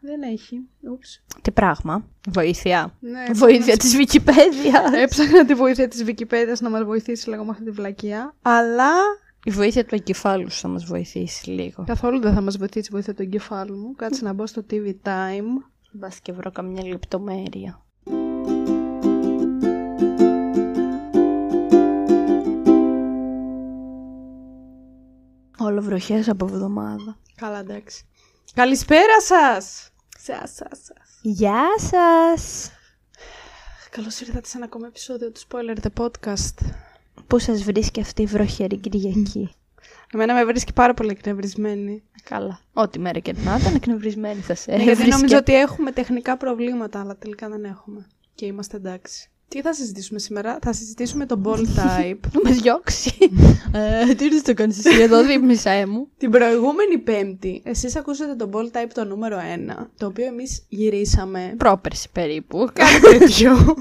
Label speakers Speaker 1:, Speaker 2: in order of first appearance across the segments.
Speaker 1: Δεν έχει. Ούψ.
Speaker 2: Τι πράγμα. Βοήθεια.
Speaker 1: Ναι,
Speaker 2: Βοήθεια της Wikipedia.
Speaker 1: Έψαχνα τη βοήθεια της Wikipedia να μας βοηθήσει λίγο με αυτή τη βλακεία. Αλλά
Speaker 2: Η βοήθεια του εγκεφάλου σου θα μας βοηθήσει λίγο.
Speaker 1: καθόλου δεν θα μας βοηθήσει η βοήθεια του εγκεφάλου μου. Κάτσε να μπω στο TV Time.
Speaker 2: Μπας και βρω καμιά λεπτομέρεια. Όλο βροχές από εβδομάδα.
Speaker 1: Καλά, εντάξει. Καλησπέρα σας! Σα, σα, σα.
Speaker 2: Γεια σας!
Speaker 1: Καλώς ήρθατε σε ένα ακόμα επεισόδιο του Spoiler The Podcast.
Speaker 2: Πού σας βρίσκει αυτή η βροχερή Κυριακή.
Speaker 1: Εμένα με βρίσκει πάρα πολύ εκνευρισμένη.
Speaker 2: Ε,
Speaker 1: Ε,
Speaker 2: Καλά. Ό,τι μέρα και να ήταν, εκνευρισμένη θα σε
Speaker 1: γιατί
Speaker 2: έβρισκε.
Speaker 1: νομίζω ότι έχουμε τεχνικά προβλήματα, αλλά τελικά δεν έχουμε. Και είμαστε εντάξει. Τι θα συζητήσουμε σήμερα, θα συζητήσουμε τον ball type.
Speaker 2: Να με διώξει. Ε, Τι ήρθες το κάνεις εσύ εδώ δίπνησέ μου.
Speaker 1: Την προηγούμενη Πέμπτη, εσείς ακούσατε τον ball type το νούμερο 1, το οποίο εμείς γυρίσαμε.
Speaker 2: Πρόπερση περίπου.
Speaker 1: Κάτι τέτοιο.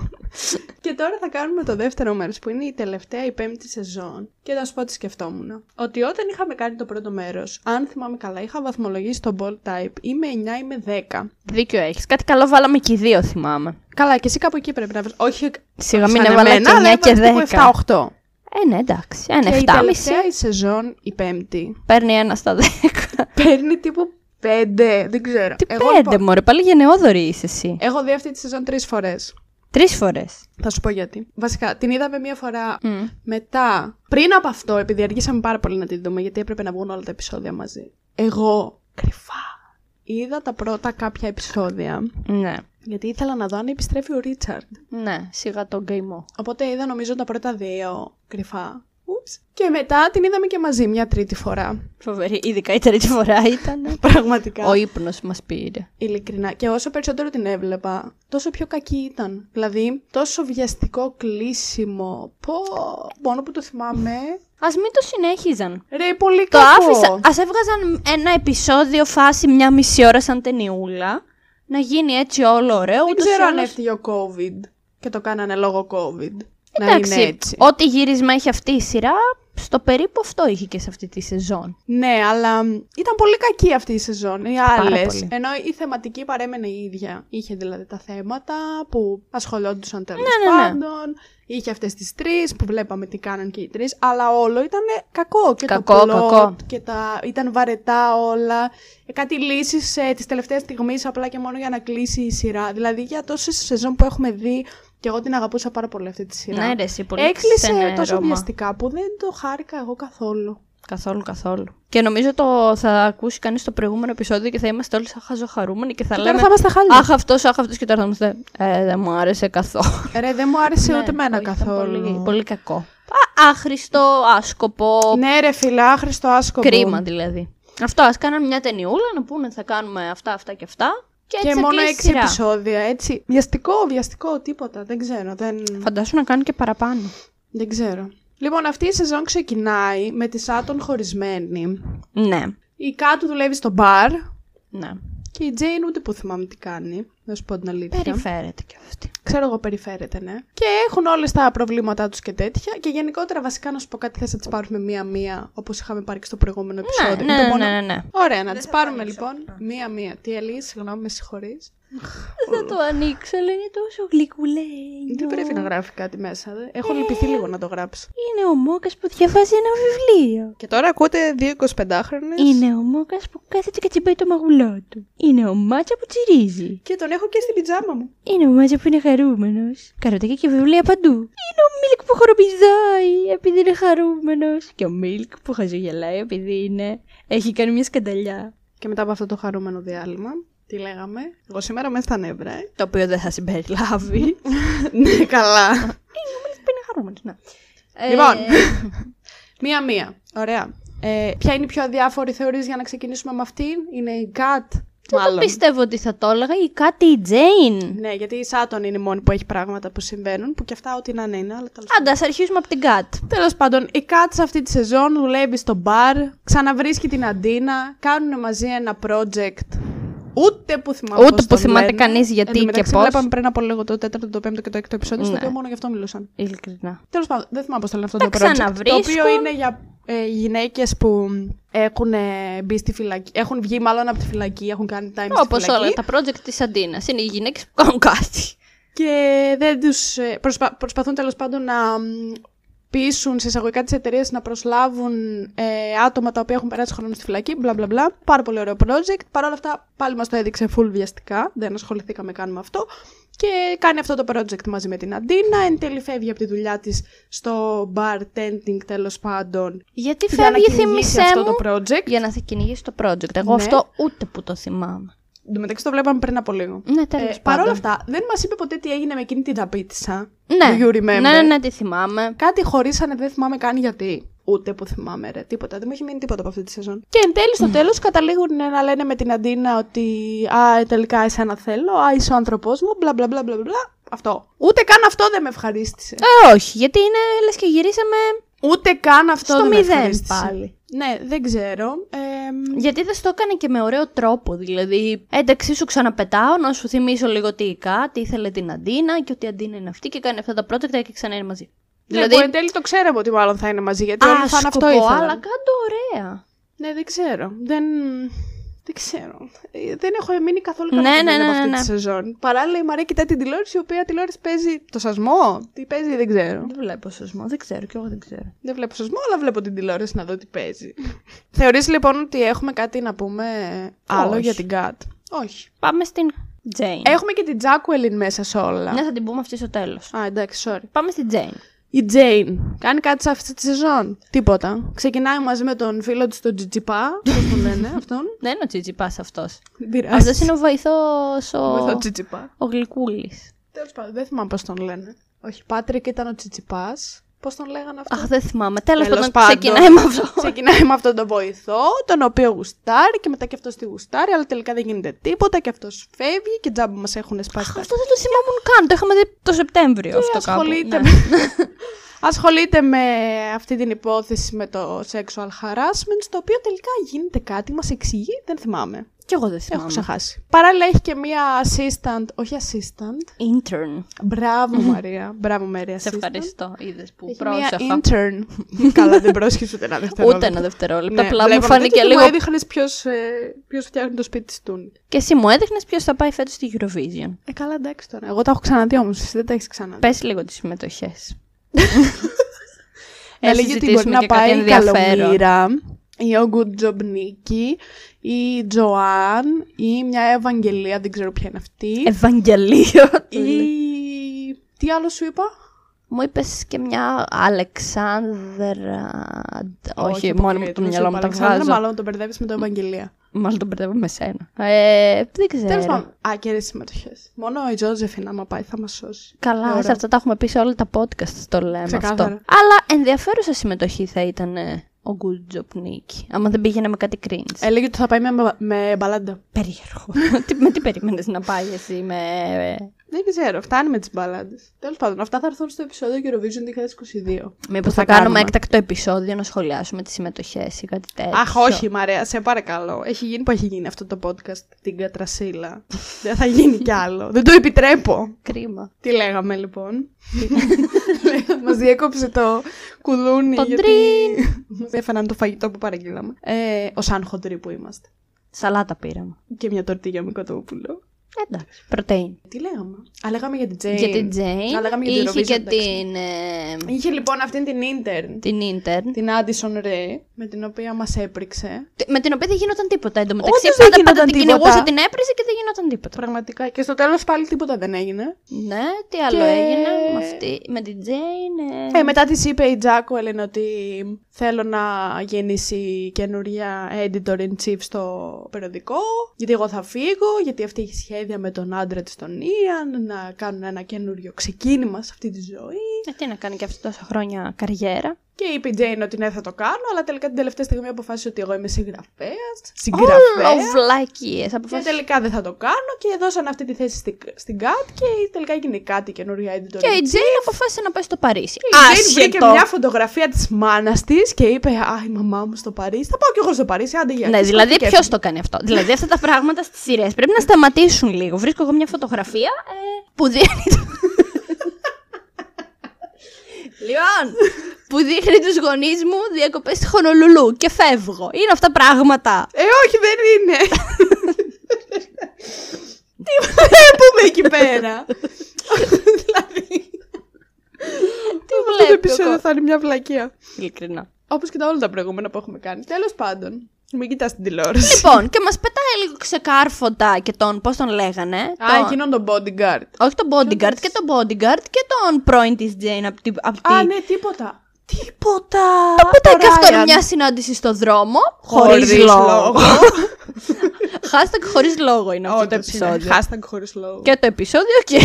Speaker 1: και τώρα θα κάνουμε το δεύτερο μέρος, που είναι η τελευταία, η πέμπτη σεζόν. Και θα σου πω τι σκεφτόμουν. Ότι όταν είχαμε κάνει το πρώτο μέρος, αν θυμάμαι καλά, είχα βαθμολογήσει τον ball type ή με 9 ή με 10.
Speaker 2: Δίκιο έχεις. Κάτι καλό βάλαμε και οι δύο θυμάμαι.
Speaker 1: Καλά, και εσύ κάπου εκεί πρέπει να βρεις. Όχι.
Speaker 2: Σιγά μην
Speaker 1: σαν
Speaker 2: έβαλα
Speaker 1: εμένα, αλλά
Speaker 2: και 9
Speaker 1: έβαλες
Speaker 2: και
Speaker 1: τύπου
Speaker 2: 10.
Speaker 1: 7-8.
Speaker 2: Ε, ναι, εντάξει.
Speaker 1: Και
Speaker 2: Ένα
Speaker 1: η
Speaker 2: 7,5.
Speaker 1: τελευταία η σεζόν, η πέμπτη,
Speaker 2: Παίρνει ένα στα 10.
Speaker 1: παίρνει τύπου 5. Δεν ξέρω.
Speaker 2: Τι
Speaker 1: Εγώ,
Speaker 2: πέντε,
Speaker 1: λοιπόν,
Speaker 2: μωρέ, πάλι γενναιόδορη είσαι εσύ.
Speaker 1: Έχω δει αυτή τη σεζόν τρεις φορές.
Speaker 2: Τρεις φορές.
Speaker 1: Θα σου πω γιατί. Βασικά, την είδαμε μία φορά μετά. Πριν από αυτό, επειδή αργήσαμε πάρα πολύ να την δούμε, γιατί έπρεπε να βγουν όλα τα επεισόδια μαζί. Εγώ, κρυφά, είδα τα πρώτα κάποια επεισόδια.
Speaker 2: Ναι.
Speaker 1: Γιατί ήθελα να δω αν επιστρέφει ο Ρίτσαρντ.
Speaker 2: Ναι, σιγά τον γκαϊμό.
Speaker 1: Οπότε είδα νομίζω τα πρώτα δύο κρυφά. Ούψ. Και μετά την είδαμε και μαζί μια τρίτη φορά.
Speaker 2: Φοβερή, ειδικά η τρίτη φορά ήταν.
Speaker 1: Πραγματικά.
Speaker 2: Ο ύπνος μας πήρε.
Speaker 1: Ειλικρινά. Και όσο περισσότερο την έβλεπα, τόσο πιο κακή ήταν. Δηλαδή, τόσο βιαστικό κλείσιμο. Πω, μόνο που το θυμάμαι.
Speaker 2: Ας μην το συνέχιζαν.
Speaker 1: Ρε, πολύ
Speaker 2: Το
Speaker 1: κακό.
Speaker 2: άφησα. Ας έβγαζαν ένα επεισόδιο φάση μια μισή ώρα σαν ταινιούλα. Να γίνει έτσι όλο ωραίο.
Speaker 1: Δεν
Speaker 2: ούτως ή
Speaker 1: ξέρω αν
Speaker 2: άλλως-
Speaker 1: έφυγε ο COVID και το κάνανε λόγω COVID.
Speaker 2: Εντάξει,
Speaker 1: να είναι έτσι.
Speaker 2: ό,τι γύρισμα έχει αυτή η σειρά, στο περίπου αυτό είχε και σε αυτή τη σεζόν.
Speaker 1: Ναι, αλλά μ, ήταν πολύ κακή αυτή η σεζόν. Οι άλλες.
Speaker 2: πολύ.
Speaker 1: Ενώ η θεματική παρέμενε η ίδια. Είχε δηλαδή τα θέματα που ασχολόντουσαν τέλος
Speaker 2: ναι, ναι.
Speaker 1: πάντων. Είχε αυτές τις τρεις που βλέπαμε τι κάναν και οι τρεις. Αλλά όλο ήταν κακό. Και
Speaker 2: Κακό,
Speaker 1: το plot,
Speaker 2: κακό.
Speaker 1: Και τα... ήταν βαρετά όλα. Ε, Κάτι λύσεις ε, τη τελευταία στιγμής απλά και μόνο για να κλείσει η σειρά. Δηλαδή για τόσες σεζόν που έχουμε δει. Και εγώ την αγαπούσα πάρα πολύ αυτή τη σειρά.
Speaker 2: Ναι, ρε, εσύ, πολύ
Speaker 1: Έκλεισε
Speaker 2: ξενέρωμα.
Speaker 1: τόσο βιαστικά που δεν το χάρηκα εγώ καθόλου.
Speaker 2: Καθόλου, καθόλου. Και νομίζω το θα ακούσει κανείς το προηγούμενο επεισόδιο και θα είμαστε όλοι σαν χαζοχαρούμενοι και θα
Speaker 1: Και τώρα
Speaker 2: λέμε.
Speaker 1: θα είμαστε χάλια.
Speaker 2: Αχ, αυτός, αχ, αυτός και τώρα θα είμαστε. Ε, δεν μου άρεσε καθόλου.
Speaker 1: Ρε, δεν μου άρεσε ούτε εμένα
Speaker 2: Ναι, Όχι, ήταν
Speaker 1: καθόλου.
Speaker 2: Πολύ, πολύ κακό. Α, άχρηστο, άσκοπο.
Speaker 1: Ναι, ρε φίλε, άχρηστο άσκοπο.
Speaker 2: Κρίμα δηλαδή. Αυτό, ας κάναν μια ταινιούλα να πούνε θα κάνουμε αυτά, αυτά και αυτά. Και, έτσι
Speaker 1: Και
Speaker 2: θα
Speaker 1: μόνο
Speaker 2: κλείσει η
Speaker 1: έξι
Speaker 2: σειρά.
Speaker 1: επεισόδια, έτσι. Βιαστικό, βιαστικό, τίποτα. Δεν ξέρω, δεν,
Speaker 2: Φαντάσου να κάνουν και παραπάνω.
Speaker 1: δεν ξέρω. Λοιπόν, αυτή η σεζόν ξεκινάει με τη Σάτων χωρισμένη.
Speaker 2: Ναι.
Speaker 1: Η Κάτου δουλεύει στο μπαρ
Speaker 2: Ναι.
Speaker 1: και η Τζέιν ούτε που θυμάμαι τι κάνει, να σου πω την αλήθεια.
Speaker 2: Περιφέρεται κι αυτή.
Speaker 1: Ξέρω εγώ, περιφέρεται, ναι. Και έχουν όλες τα προβλήματά τους και τέτοια. Και γενικότερα, βασικά, να σου πω κάτι, θες να τις πάρουμε μία-μία, όπως είχαμε πάρει και στο προηγούμενο επεισόδιο.
Speaker 2: Ναι,
Speaker 1: με τον
Speaker 2: ναι,
Speaker 1: πόνο.
Speaker 2: ναι, ναι.
Speaker 1: Ωραία, να τι πάρουμε λοιπόν μία-μία. Τι Ελίζα, συγγνώμη, με συγχωρείς.
Speaker 2: Δεν θα το ανοίξω, αλλά είναι τόσο γλυκουλέι.
Speaker 1: Δεν πρέπει να γράφει κάτι μέσα. Δε. Έχω λυπηθεί λίγο να το γράψω.
Speaker 2: Είναι ο Μόκας που διαβάζει ένα βιβλίο.
Speaker 1: Και τώρα ακούτε δύο 25χρονε.
Speaker 2: Είναι ο Μόκας που κάθεται και τσιμπάει το μαγουλό του. Είναι ο Μάτσα που τσιρίζει.
Speaker 1: Και τον έχω και στην πιτζάμα μου.
Speaker 2: Είναι ο Μάτσα που είναι χαρούμενος. Καροτέκια και βιβλία παντού. Είναι ο Μίλκ που χοροπηδάει επειδή είναι χαρούμενος. Και ο Μίλκ που χαζογελάει επειδή είναι... Έχει κάνει μια σκανταλιά.
Speaker 1: Και μετά από αυτό το χαρούμενο διάλειμμα, τι λέγαμε. Εγώ σήμερα μέσα στα νεύρα, ε.
Speaker 2: Το οποίο δεν θα συμπεριλάβει.
Speaker 1: ναι, καλά.
Speaker 2: που είναι χαρούμενος, ναι.
Speaker 1: Λοιπόν. Μία-μία. Ωραία. Ε, ποια είναι η πιο αδιάφορη θεωρείς για να ξεκινήσουμε με αυτήν, είναι η Κατ.
Speaker 2: Δεν πιστεύω ότι θα το έλεγα ή κάτι η Τζέιν.
Speaker 1: Ναι, γιατί η Σάτων είναι η μόνη που έχει πράγματα που συμβαίνουν, που και αυτά ό,τι να είναι, είναι, αλλά τέλος
Speaker 2: Άντα, ας αρχίσουμε από την Κατ.
Speaker 1: Τέλος πάντων, η Κάτ σε αυτή τη σεζόν δουλεύει στο μπαρ, ξαναβρίσκει την Αντίνα, κάνουν μαζί ένα project. Ούτε που θυμάμαι.
Speaker 2: Ούτε
Speaker 1: πώς
Speaker 2: που
Speaker 1: τον
Speaker 2: θυμάται
Speaker 1: λένε.
Speaker 2: κανείς γιατί
Speaker 1: Εν τω
Speaker 2: και
Speaker 1: μεταξύ,
Speaker 2: πώς.
Speaker 1: Βλέπαμε πριν από λίγο το τέταρτο, το πέμπτο και το έκτο επεισόδιο, στο
Speaker 2: Ναι.
Speaker 1: οποίο μόνο γι' αυτό μιλούσαν.
Speaker 2: Ειλικρινά.
Speaker 1: Τέλος πάντων, δεν θυμάμαι πώς το λένε αυτό
Speaker 2: Τα
Speaker 1: το project. Το
Speaker 2: ξαναβρίσκουν.
Speaker 1: οποίο είναι για ε, γυναίκες που έχουν, ε, μπει στη φυλακή, έχουν βγει μάλλον από τη φυλακή, έχουν κάνει time στη
Speaker 2: Όπως
Speaker 1: φυλακή.
Speaker 2: όλα τα project της Αντίνας. Είναι οι γυναίκες που κάνουν κάτι.
Speaker 1: Και δεν τους, ε, προσπα- προσπαθούν τέλος πάντων να μ, πείσουν σε εισαγωγικά τις εταιρείες να προσλάβουν ε, άτομα τα οποία έχουν περάσει χρόνο στη φυλακή, μπλα μπλα μπλα. Πάρα πολύ ωραίο project. Παρ' όλα αυτά πάλι μας το έδειξε full βιαστικά, δεν ασχοληθήκαμε καν με αυτό. Και κάνει αυτό το project μαζί με την Αντίνα, εν τέλει φεύγει από τη δουλειά της στο bartending τέλος πάντων.
Speaker 2: Γιατί
Speaker 1: Για να
Speaker 2: φεύγει,
Speaker 1: κυνηγήσει
Speaker 2: θύμησέ
Speaker 1: αυτό
Speaker 2: μου.
Speaker 1: το project.
Speaker 2: Για να σε κυνηγήσει το project. Εγώ
Speaker 1: Ναι.
Speaker 2: αυτό ούτε που το θυμάμαι.
Speaker 1: Εν τω μεταξύ το βλέπαμε πριν από λίγο.
Speaker 2: Ναι, τέλος
Speaker 1: Ε, Παρ' όλα αυτά, δεν μας είπε ποτέ τι έγινε με εκείνη την ταπίτσα.
Speaker 2: Ναι.
Speaker 1: Do you remember?
Speaker 2: ναι, ναι, τη θυμάμαι.
Speaker 1: Κάτι χωρίσανε, δεν θυμάμαι καν γιατί. Ούτε που θυμάμαι, ρε. Τίποτα. Δεν μου έχει μείνει τίποτα από αυτή τη σεζόν. Και εν τέλει, στο τέλος, καταλήγουν να λένε με την Αντίνα ότι Α, ε, τελικά εσένα θέλω. Α, είσαι ο άνθρωπός μου. Μπλα μπλα μπλα μπλα. μπλα. Αυτό. Ούτε καν αυτό δεν με ευχαρίστησε.
Speaker 2: Ε, όχι, γιατί είναι λες και γυρίσαμε.
Speaker 1: Ούτε καν αυτό
Speaker 2: Στο
Speaker 1: δεν με
Speaker 2: μηδέν
Speaker 1: ευχαρίστησε.
Speaker 2: πάλι.
Speaker 1: Ναι, δεν ξέρω. Ε,
Speaker 2: Γιατί δεν στο έκανε και με ωραίο τρόπο. Δηλαδή, ένταξή σου ξαναπετάω να σου θυμίσω λίγο τι ικά, τι ήθελε την Αντίνα και ότι η Αντίνα είναι αυτή και κάνει αυτά τα project και ξανά είναι μαζί.
Speaker 1: δηλαδή... που εν τέλει το ξέραμε ότι μάλλον θα είναι μαζί, γιατί όλοι θα είναι αυτό
Speaker 2: σκοπό,
Speaker 1: ήθελαν.
Speaker 2: αλλά κάτω ωραία.
Speaker 1: Ναι, δεν ξέρω. Δεν, δεν ξέρω. Ε, Δεν έχω μείνει καθόλου
Speaker 2: Ναι,
Speaker 1: καθόλου
Speaker 2: ναι, ναι,
Speaker 1: από αυτή
Speaker 2: ναι.
Speaker 1: τη σεζόν. Παράλληλα, η Μαρία κοιτάει την τηλεόραση, η οποία τηλεόραση παίζει το σασμό. Τι παίζει, δεν ξέρω.
Speaker 2: Δεν βλέπω σωσμό, δεν ξέρω κι εγώ δεν ξέρω.
Speaker 1: Δεν βλέπω σασμό, αλλά βλέπω την τηλεόραση να δω τι παίζει. Θεωρείς λοιπόν ότι έχουμε κάτι να πούμε άλλο
Speaker 2: Όχι.
Speaker 1: για την Κατ. Όχι.
Speaker 2: Πάμε στην Jane.
Speaker 1: Έχουμε και την Τζάκουελιν μέσα σε όλα.
Speaker 2: Ναι, θα την πούμε αυτή στο τέλος.
Speaker 1: Α, εντάξει, sorry.
Speaker 2: Πάμε στην Jane.
Speaker 1: Η Τζέιν κάνει κάτι σε αυτή τη σεζόν. Τίποτα. Ξεκινάει μαζί με τον φίλο της τον Τζιτζιπά. Πώ τον λένε αυτόν.
Speaker 2: Δεν είναι ο Τσιτσιπά αυτό.
Speaker 1: Δεν πειράζει.
Speaker 2: Αυτός είναι ο βοηθός.
Speaker 1: Με
Speaker 2: Ο,
Speaker 1: τον Τζιτζιπά.
Speaker 2: ο Γλυκούλης.
Speaker 1: Τέλος πάντων, δεν θυμάμαι πώς τον λένε. Όχι, Πάτρικ ήταν ο Τσιτσιπά. Πώς τον λέγανε αυτό.
Speaker 2: Αχ, δεν θυμάμαι. Τέλος
Speaker 1: Τέλος
Speaker 2: πάντων,
Speaker 1: πάντων.
Speaker 2: ξεκινάει με αυτό.
Speaker 1: Ξεκινάει με αυτόν τον βοηθό, τον οποίο γουστάρει και μετά και αυτός τη γουστάρει, αλλά τελικά δεν γίνεται τίποτα και αυτός φεύγει και τζάμπου μας έχουν σπάσει
Speaker 2: Αχ,
Speaker 1: τα
Speaker 2: αυτό δεν το θυμάμουν καν. Το είχαμε δει το Σεπτέμβριο
Speaker 1: Και
Speaker 2: αυτό κάπου.
Speaker 1: ασχολείται,
Speaker 2: Ναι.
Speaker 1: με... ασχολείται με αυτή την υπόθεση με το sexual harassment, στο οποίο τελικά γίνεται κάτι, μας εξηγεί, δεν θυμάμαι.
Speaker 2: Κι εγώ δεν
Speaker 1: Έχω
Speaker 2: θυμάμαι.
Speaker 1: ξεχάσει. Παράλληλα έχει και μία assistant, όχι assistant,
Speaker 2: Intern.
Speaker 1: μπράβο Μαρία, μπράβο Μαρία
Speaker 2: Σε
Speaker 1: assistant.
Speaker 2: ευχαριστώ. Είδες που
Speaker 1: Έχει
Speaker 2: πρόσεχα.
Speaker 1: Μία intern. Καλά, δεν πρόσχεσαι ούτε ένα δευτερόλεπτο.
Speaker 2: Ούτε ένα δευτερόλεπτο.
Speaker 1: Ναι,
Speaker 2: Απλά μου
Speaker 1: βλέπαμε
Speaker 2: φάνηκε
Speaker 1: τέτοιο που
Speaker 2: λίγο.
Speaker 1: Μου έδειχνε ποιο ποιος φτιάχνει το σπίτι της του.
Speaker 2: Και εσύ μου έδειχνες ποιος θα πάει φέτος στη Eurovision.
Speaker 1: Ε, καλά, εντάξει τώρα. Εγώ τα έχω ξαναδεί όμως. Εσύ δεν τα έχεις ξαναδεί.
Speaker 2: Πες λίγο τις συμμετοχές.
Speaker 1: Να λέγει ότι μπορεί να πάει η Καλομήρα, ή ο Good Job Nikki, ή η Τζοάν, ή μια Ευαγγελία, δεν ξέρω ποια είναι αυτή.
Speaker 2: Ευαγγελίο.
Speaker 1: ή. Τι άλλο σου είπα?
Speaker 2: Μου είπες και μια Αλεξάνδρα. Όχι, μόνο
Speaker 1: αποκλείεται,
Speaker 2: το
Speaker 1: δεν σου
Speaker 2: μυαλό
Speaker 1: είπα
Speaker 2: μου τα
Speaker 1: Αλεξάνδρα,
Speaker 2: βγάζω.
Speaker 1: Μάλλον τον μπερδεύεις με τον Ευαγγελία.
Speaker 2: Μάλλον τον μπερδεύω με σένα. Ε, δεν
Speaker 1: Τέλο
Speaker 2: ξέρω.
Speaker 1: πάντων, άκερε συμμετοχές. Μόνο η Τζόζεφιν, άμα πάει, θα μας σώσει.
Speaker 2: Καλά,
Speaker 1: Ωραία.
Speaker 2: σε αυτά τα έχουμε πει σε όλα τα podcast, το λέμε αυτό.
Speaker 1: Ξεκάθαρα.
Speaker 2: Αλλά ενδιαφέρουσα συμμετοχή θα ήταν ε, ο Good Job Nick, άμα δεν πήγαινε με κάτι cringe.
Speaker 1: Έλεγε ότι θα πάει με, με μπαλάντα.
Speaker 2: περίεργο. Τι- με τι περίμενες να πάει εσύ με...
Speaker 1: Δεν ξέρω, φτάνει με τις μπαλάντες. Τέλος πάντων, αυτά θα έρθουν στο επεισόδιο Eurovision 2022.
Speaker 2: Μήπως θα,
Speaker 1: θα
Speaker 2: κάνουμε
Speaker 1: κάνουμε.
Speaker 2: έκτακτο επεισόδιο να σχολιάσουμε τις συμμετοχές ή κάτι τέτοιο.
Speaker 1: Αχ, όχι, Μαρέα, σε παρακαλώ. Έχει γίνει που έχει γίνει αυτό το podcast την κατρασίλα. Δεν θα γίνει κι άλλο. Δεν το επιτρέπω.
Speaker 2: Κρίμα.
Speaker 1: Τι λέγαμε λοιπόν. Μας διέκοψε το κουδούνι.
Speaker 2: Το
Speaker 1: γιατί
Speaker 2: τρίν.
Speaker 1: Μας έφεραν το φαγητό που παραγγείλαμε. Ε, ο Σαν χοντρή που είμαστε.
Speaker 2: Σαλάτα πήραμε.
Speaker 1: Και μια τορτίγια με κοτόπουλο.
Speaker 2: Εντάξει. Πρωτεΐνη.
Speaker 1: Τι λέγαμε. Α, λέγαμε για την Τζέιν.
Speaker 2: Για την Jane
Speaker 1: Α, λέγαμε Ε, για την
Speaker 2: είχε
Speaker 1: Eurovision,
Speaker 2: και
Speaker 1: εντάξει.
Speaker 2: την, ε,
Speaker 1: Είχε λοιπόν αυτήν την intern.
Speaker 2: την intern.
Speaker 1: την Addison Ray, με την οποία μας έπριξε.
Speaker 2: Με την οποία δεν γινόταν τίποτα εντωμεταξύ.
Speaker 1: Όντως δεν
Speaker 2: Πάντα, πάντα
Speaker 1: γινόταν
Speaker 2: την
Speaker 1: τίποτα.
Speaker 2: κυνηγούσε, την έπριζε και δεν γινόταν τίποτα.
Speaker 1: Πραγματικά. Και στο τέλος πάλι τίποτα δεν έγινε.
Speaker 2: Ναι, τι άλλο
Speaker 1: Και-
Speaker 2: έγινε με, αυτή, με την Jane. ε.
Speaker 1: Ε, μετά της είπε η Τζάκουελεν ότι θέλω να γεννήσει καινούρια editor-in-chief στο περιοδικό, γιατί εγώ θα φύγω, γιατί αυτή έχει σχέδια με τον άντρα της τον Ιαν, να κάνουν ένα καινούριο ξεκίνημα σε αυτή τη ζωή.
Speaker 2: Ε, τι να κάνει και αυτή τόσα χρόνια καριέρα.
Speaker 1: Και είπε η Τζέιν ότι ναι θα το κάνω, αλλά τελικά την τελευταία στιγμή αποφάσισε ότι εγώ είμαι συγγραφέας,
Speaker 2: Όλο
Speaker 1: συγγραφέας.
Speaker 2: βλακίε.
Speaker 1: Και τελικά δεν θα το κάνω και δώσαν αυτή τη θέση στην, στην Κατ και τελικά έγινε κάτι καινούρια editor.
Speaker 2: Και η Τζέιν αποφάσισε να πάει στο Παρίσι.
Speaker 1: Η Jane βρήκε μια φωτογραφία της μάνας της και είπε «Α, η μαμά μου στο Παρίσι, θα πάω κι εγώ στο Παρίσι, άντε για
Speaker 2: Ναι,
Speaker 1: και
Speaker 2: δηλαδή
Speaker 1: σκέφτηκε».
Speaker 2: ποιος το κάνει αυτό. δηλαδή αυτά τα πράγματα στις σειρές πρέπει να σταματήσουν λίγο. Βρίσκω εγώ μια φωτογραφία ε, που δίνει. το- λοιπόν, που δείχνει τους γονείς μου διακοπές στη Χονολουλού και φεύγω. Είναι αυτά πράγματα.
Speaker 1: Ε, όχι, δεν είναι. Τι βλέπουμε Ε, εκεί πέρα. δηλαδή.
Speaker 2: Τι
Speaker 1: Αυτό το
Speaker 2: βλέπει.
Speaker 1: επεισόδιο θα είναι μια βλακεία.
Speaker 2: Ειλικρινά.
Speaker 1: Όπως και τα όλα τα προηγούμενα που έχουμε κάνει. Τέλος πάντων, μην κοιτάς την τηλεόραση.
Speaker 2: Λοιπόν, και μας πετάει λίγο ξεκάρφωτα και τον. Πώς τον λέγανε.
Speaker 1: Α,
Speaker 2: τον-
Speaker 1: εκείνον τον bodyguard.
Speaker 2: Όχι τον bodyguard και τον bodyguard και τον πρώην τη Jane από την. απ'
Speaker 1: Α,
Speaker 2: τη-
Speaker 1: ναι, τίποτα.
Speaker 2: Τίποτα. Τα πετάει και
Speaker 1: το
Speaker 2: αυτόν
Speaker 1: Ryan.
Speaker 2: μια συνάντηση στο δρόμο.
Speaker 1: Χωρίς
Speaker 2: Χωρίς λόγο.
Speaker 1: λόγο.
Speaker 2: Hashtag χωρίς λόγο είναι αυτό το
Speaker 1: Όντως είναι.
Speaker 2: επεισόδιο.
Speaker 1: Hashtag χωρίς λόγο.
Speaker 2: Και το επεισόδιο και.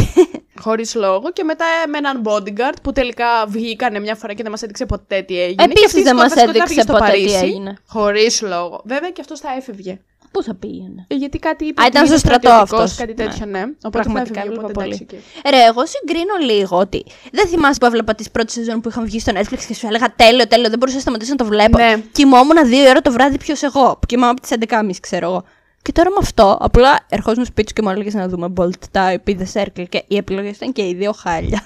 Speaker 1: Χωρίς λόγο και μετά ε, με έναν bodyguard που τελικά βγήκανε μια φορά και δεν μας έδειξε ποτέ τι έγινε.
Speaker 2: Επίσης
Speaker 1: Και αυτή η
Speaker 2: δεν μας
Speaker 1: σκοτώθηκε όταν
Speaker 2: έδειξε
Speaker 1: πήγε στο
Speaker 2: ποτέ τι
Speaker 1: Παρίσι,
Speaker 2: έγινε.
Speaker 1: Χωρίς λόγο. Βέβαια και αυτός θα έφευγε.
Speaker 2: Πού θα πήγαινε.
Speaker 1: Ε, Γιατί κάτι είπε.
Speaker 2: Α,
Speaker 1: ότι
Speaker 2: ήταν
Speaker 1: είναι
Speaker 2: στο στρατό
Speaker 1: στρατιωτικός,
Speaker 2: αυτός.
Speaker 1: Κάτι
Speaker 2: Ναι.
Speaker 1: τέτοιο, ναι. Οπότε
Speaker 2: Πραγματικά
Speaker 1: θα έφευγε,
Speaker 2: έβλεπα
Speaker 1: οπότε
Speaker 2: πολύ.
Speaker 1: εντάξει, και-
Speaker 2: Ρε, εγώ συγκρίνω λίγο ότι δεν θυμάσαι που έβλεπα τις πρώτες σεζόν που είχαν βγει στο Netflix και σου έλεγα τέλειο, τέλειο, δεν μπορούσα να σταματήσω να το βλέπω.
Speaker 1: Ναι.
Speaker 2: Κοιμόμουν δύο ώρα το βράδυ ποιος εγώ. Που κοιμάμαι από τις 11.30, ξέρω εγώ. Και τώρα με αυτό, απλά ερχόσουν σπίτι σου και μου έλεγε να δούμε Bolt Type ή The Circle και οι επιλογές ήταν και οι δύο χάλια.